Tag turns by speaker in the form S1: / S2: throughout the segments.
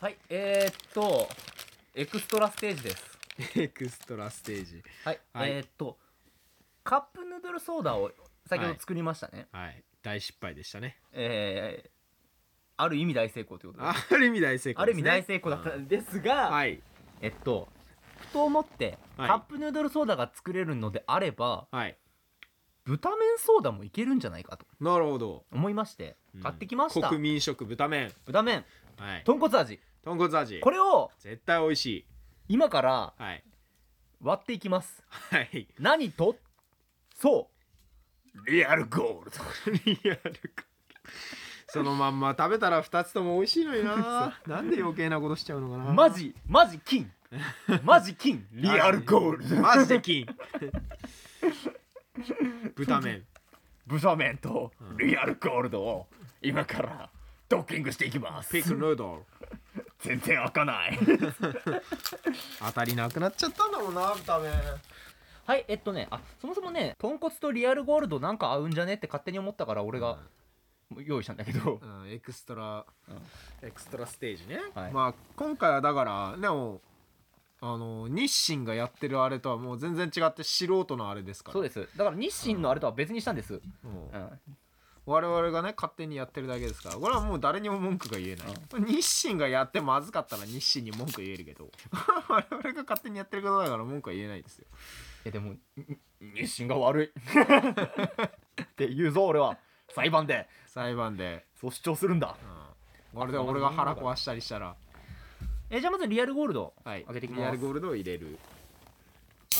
S1: はい、えー、っと、エクストラステージです。
S2: エクストラステージ
S1: はい、
S2: はい
S1: えー、っと、カップヌードルソーダを先ほ
S2: は
S1: ど
S2: い
S1: 作りましたね。
S2: はい大失敗でしたね
S1: えー、ある意味大成功ということで
S2: あ
S1: す。
S2: る意味大成功です、ね、
S1: ある意味大成功だったんですが、
S2: はい
S1: えっと、ふと思って、
S2: はい
S1: カップヌードルソーダが作れるのであれば、
S2: はい
S1: 豚麺ソーダもいけるんじゃないかと
S2: なるほど、
S1: 思いまして、
S2: うん
S1: 買ってきました。
S2: 国民食豚麺
S1: 豚麺、
S2: はい
S1: 豚骨味。
S2: 豚骨味
S1: これを
S2: 絶対美味しい
S1: 今から
S2: はい
S1: 割っていきます。
S2: はい
S1: 何とそうリアルゴールド
S2: リアルかそのまんま食べたら2つとも美味しいのに ななんで余計なことしちゃうのかな
S1: マジマジ金マジ金リアルゴールド
S2: マジで金豚 麺
S1: 豚麺と
S2: うん
S1: リアルゴールドを今からドッキングしていきます
S2: ピクヌードル
S1: 全然開かない
S2: 当たりなくなっちゃったんだもんな豚麺
S1: はいえっとねあそもそもね豚骨とリアルゴールドなんか合うんじゃねって勝手に思ったから俺が用意したんだけど
S2: うん、エクストラ、エクストラステージね、
S1: はい
S2: まあ今回はだからでもあの日清がやってるあれとはもう全然違って素人のあれですから
S1: そうですだから日清のあれとは別にしたんです、
S2: もう
S1: うん
S2: 我々がね勝手にやってるだけですからこれはもう誰にも文句が言えない、日清がやってまずかったら日清に文句言えるけど 我々が勝手にやってることだから文句は言えないですよ
S1: えでも日清が悪い って言うぞ俺は裁判で
S2: 裁判で、
S1: そう主張するんだ
S2: うん、これで俺が腹壊したりしたら
S1: えじゃあまずリアルゴールド
S2: はい
S1: 開けてきます
S2: リアルゴールドを入れる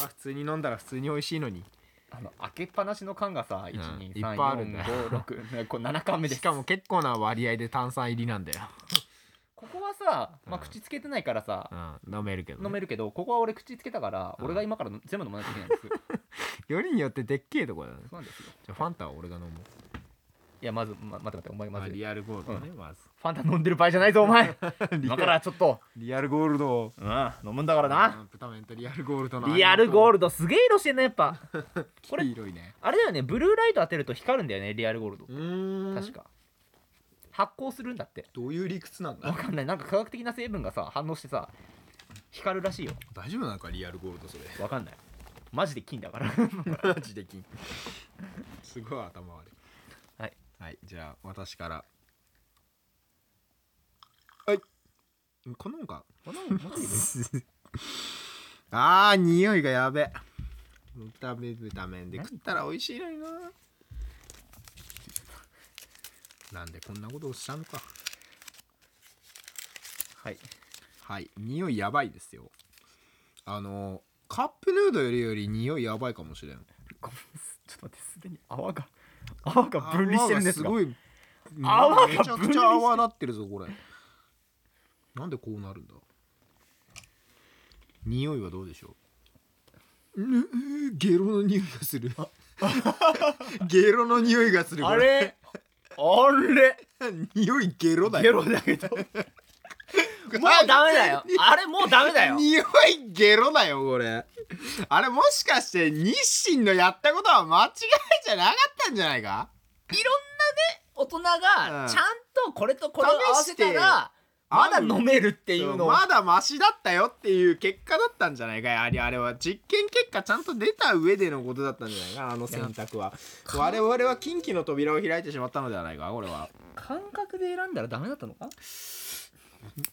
S2: あ普通に飲んだら普通に美味しいのに
S1: あの開けっぱなしの缶がさ、
S2: うん
S1: 1 2
S2: いっぱいあるんだ
S1: 3 4 5 6これ7缶目です
S2: しかも結構な割合で炭酸入りなんだよ、
S1: ここはさ、まあ、
S2: うん
S1: 口つけてないからさ、
S2: うん、飲めるけど、ね、
S1: 飲めるけどここは俺口つけたから、
S2: うん
S1: 俺が今から全部飲まなきゃいけないん ですよ
S2: よりによってでっけえとこだね
S1: そうなんですよ
S2: じゃあファンタは俺が飲もう、
S1: いやまず、ま、待って待ってお前ま
S2: あ
S1: ずフ
S2: リアルゴールドね、
S1: う
S2: まず
S1: ァンタ飲んでる場合じゃないぞお前今からちょっと、
S2: リアルゴールドを
S1: うん、飲むんだからな
S2: うん豚麺とリアルゴールドの
S1: リアルゴー
S2: ル
S1: ルドすげえ色してんねやっぱこれ
S2: 黄色いね
S1: あれだよねブルーライト当てると光るんだよねリアルゴールド
S2: うーん
S1: 確か発光するんだって
S2: どういう理屈なん
S1: わ
S2: だ
S1: かんないなんか科学的な成分がさ反応してさ光るらしいよ
S2: 大丈夫なのかリアルゴールド それ
S1: わかんないマジで金だから
S2: マジで金すごい頭悪い
S1: はい、
S2: はい、じゃあ私からはいこのほか あー匂いがやべ豚麺豚麺で食ったら美味しいのにななんでこんなことをしたのか
S1: はい
S2: はい匂いやばいですよあのカップヌードルより匂いやばいかもしれん
S1: ごめんちょっと待ってすでに泡が泡が分離してるんですが
S2: 泡がすごい
S1: 泡が分
S2: め
S1: 離し
S2: ち
S1: て
S2: ゃくちゃ泡なってるぞこれなんでこうなるんだ匂いはどうでしょうううゲロの匂いがする ゲロの匂いがするこ
S1: あれあ
S2: 匂いゲロだ
S1: れゲロ
S2: よ
S1: だけどもうダメだ よ あれもうダメだよ
S2: 匂いゲロだよこれあれもしかして日清のやったことは間違いじゃなかったんじゃないか
S1: 大人
S2: う
S1: が
S2: ん
S1: ちゃんとこれとこれを合わせたらま
S2: 試
S1: だ
S2: して
S1: 飲めるっていうのを
S2: まだマシだったよっていう結果だったんじゃないかやはりあれは実験結果ちゃんと出た上でのことだったんじゃないかあの選択は我々は近畿の扉を開いてしまったのではないかこれは
S1: 感覚で選んだらダメだったのか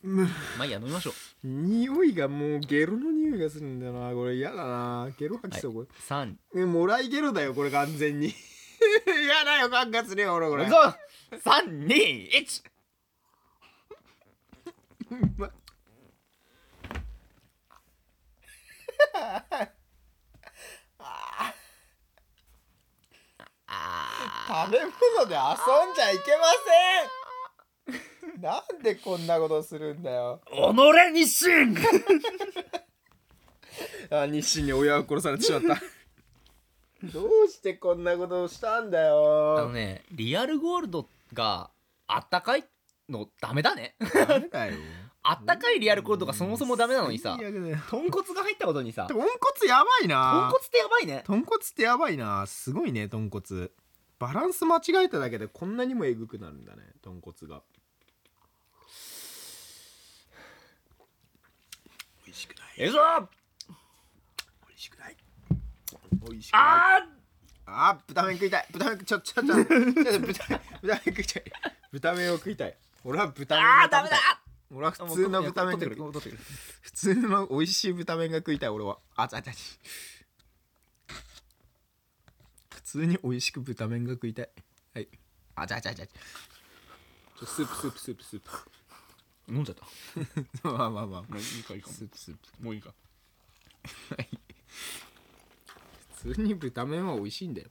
S1: まあいいや飲みましょう
S2: 匂いがもうゲロの匂いがするんだよなこれ嫌だなゲロ吐きそうこれ、
S1: 3
S2: えもらいゲロだよこれ完全 に嫌だよ感がするよ俺これ
S1: 行くぞ3 2 1
S2: うまっ食べ物で遊んじゃいけませんなんでこんなことするんだよ
S1: 己に信
S2: あ日清に親を殺されてしまった どうしてこんなことをしたんだ
S1: あ
S2: よ
S1: のねリアルゴールドがあったかいのダメだ ね
S2: ダメだよ
S1: あったかいリアルゴールドがそもそもダメなのにさ
S2: 最悪だよ
S1: 豚骨が入ったことにさ
S2: 豚骨やばい
S1: 豚
S2: な
S1: 骨ってやばいね
S2: 豚骨ってやばいなすごいね豚骨バランス間違えただけでこんなにもえぐくなるんだね豚骨が美味しくない
S1: えぞ
S2: 美味しくない美味しくないああー豚麺食いたい豚麺食ちょちょちょちょっと豚豚麺食いたい豚麺を食いたい俺は豚麺が食べたい俺は普通の豚麺が食
S1: 取
S2: い
S1: ってくる
S2: 普通の美味しい豚麺が食いたい俺はあちゃちゃち普通に美味しく豚麺が食いたいはいあちゃちゃちゃちょスープスープスープスープ
S1: 飲んじゃった
S2: まあまあまあ
S1: いいかいいか
S2: スープスープ
S1: もういいか
S2: 普通に豚麺は美味しいんだよ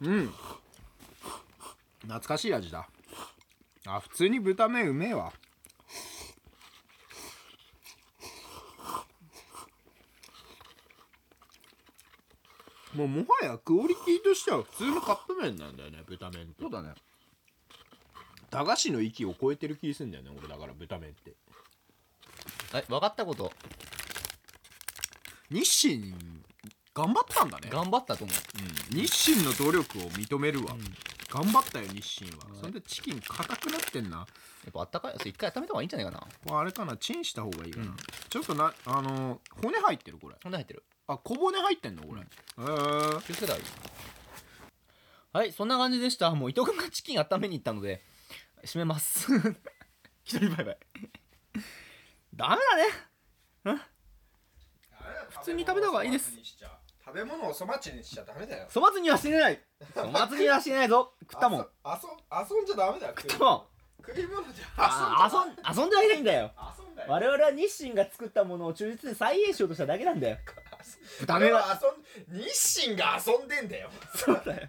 S2: うん懐かしい味だあ普通に豚麺うめえわもうもはやクオリティとしては普通のカップ麺なんだよね豚麺って
S1: そうだね
S2: 駄菓子の域を超えてる気すんだよね俺だから豚麺って
S1: はい分かったこと
S2: 日清頑張ったんだね
S1: 頑張ったと思う
S2: 日清の努力を認めるわ、
S1: ん
S2: 頑張ったよ日清は、
S1: はい
S2: それでチキン硬くなってんな
S1: やっぱあったかいやつ一回温めた方がいいんじゃないかな
S2: これあれかなチンした方がいいかな、
S1: うん
S2: ちょっとなあのー骨入ってるこれ
S1: そんな入ってる
S2: あ小骨入ってんのこれ、へー
S1: 気をつけた方がいいはいそんな感じでしたもう伊藤君がチキン温めに行ったので閉めます 一人バイバイダメだね
S2: 普
S1: 通に食べた方がいいです
S2: 食べ物を粗末にしちゃダメだよ
S1: 粗末には死ねない粗末には死ねないぞ食ったもん
S2: あそ遊ん遊んじゃダメだよ食
S1: 食ったもん
S2: 食い物じ
S1: あ遊ん遊んではいないんだよ
S2: 遊んだ
S1: 我々は日清が作ったものを忠実に再現しようとしただけなんだよ
S2: ダメは遊ん日清が遊んでんだよ
S1: そうだよ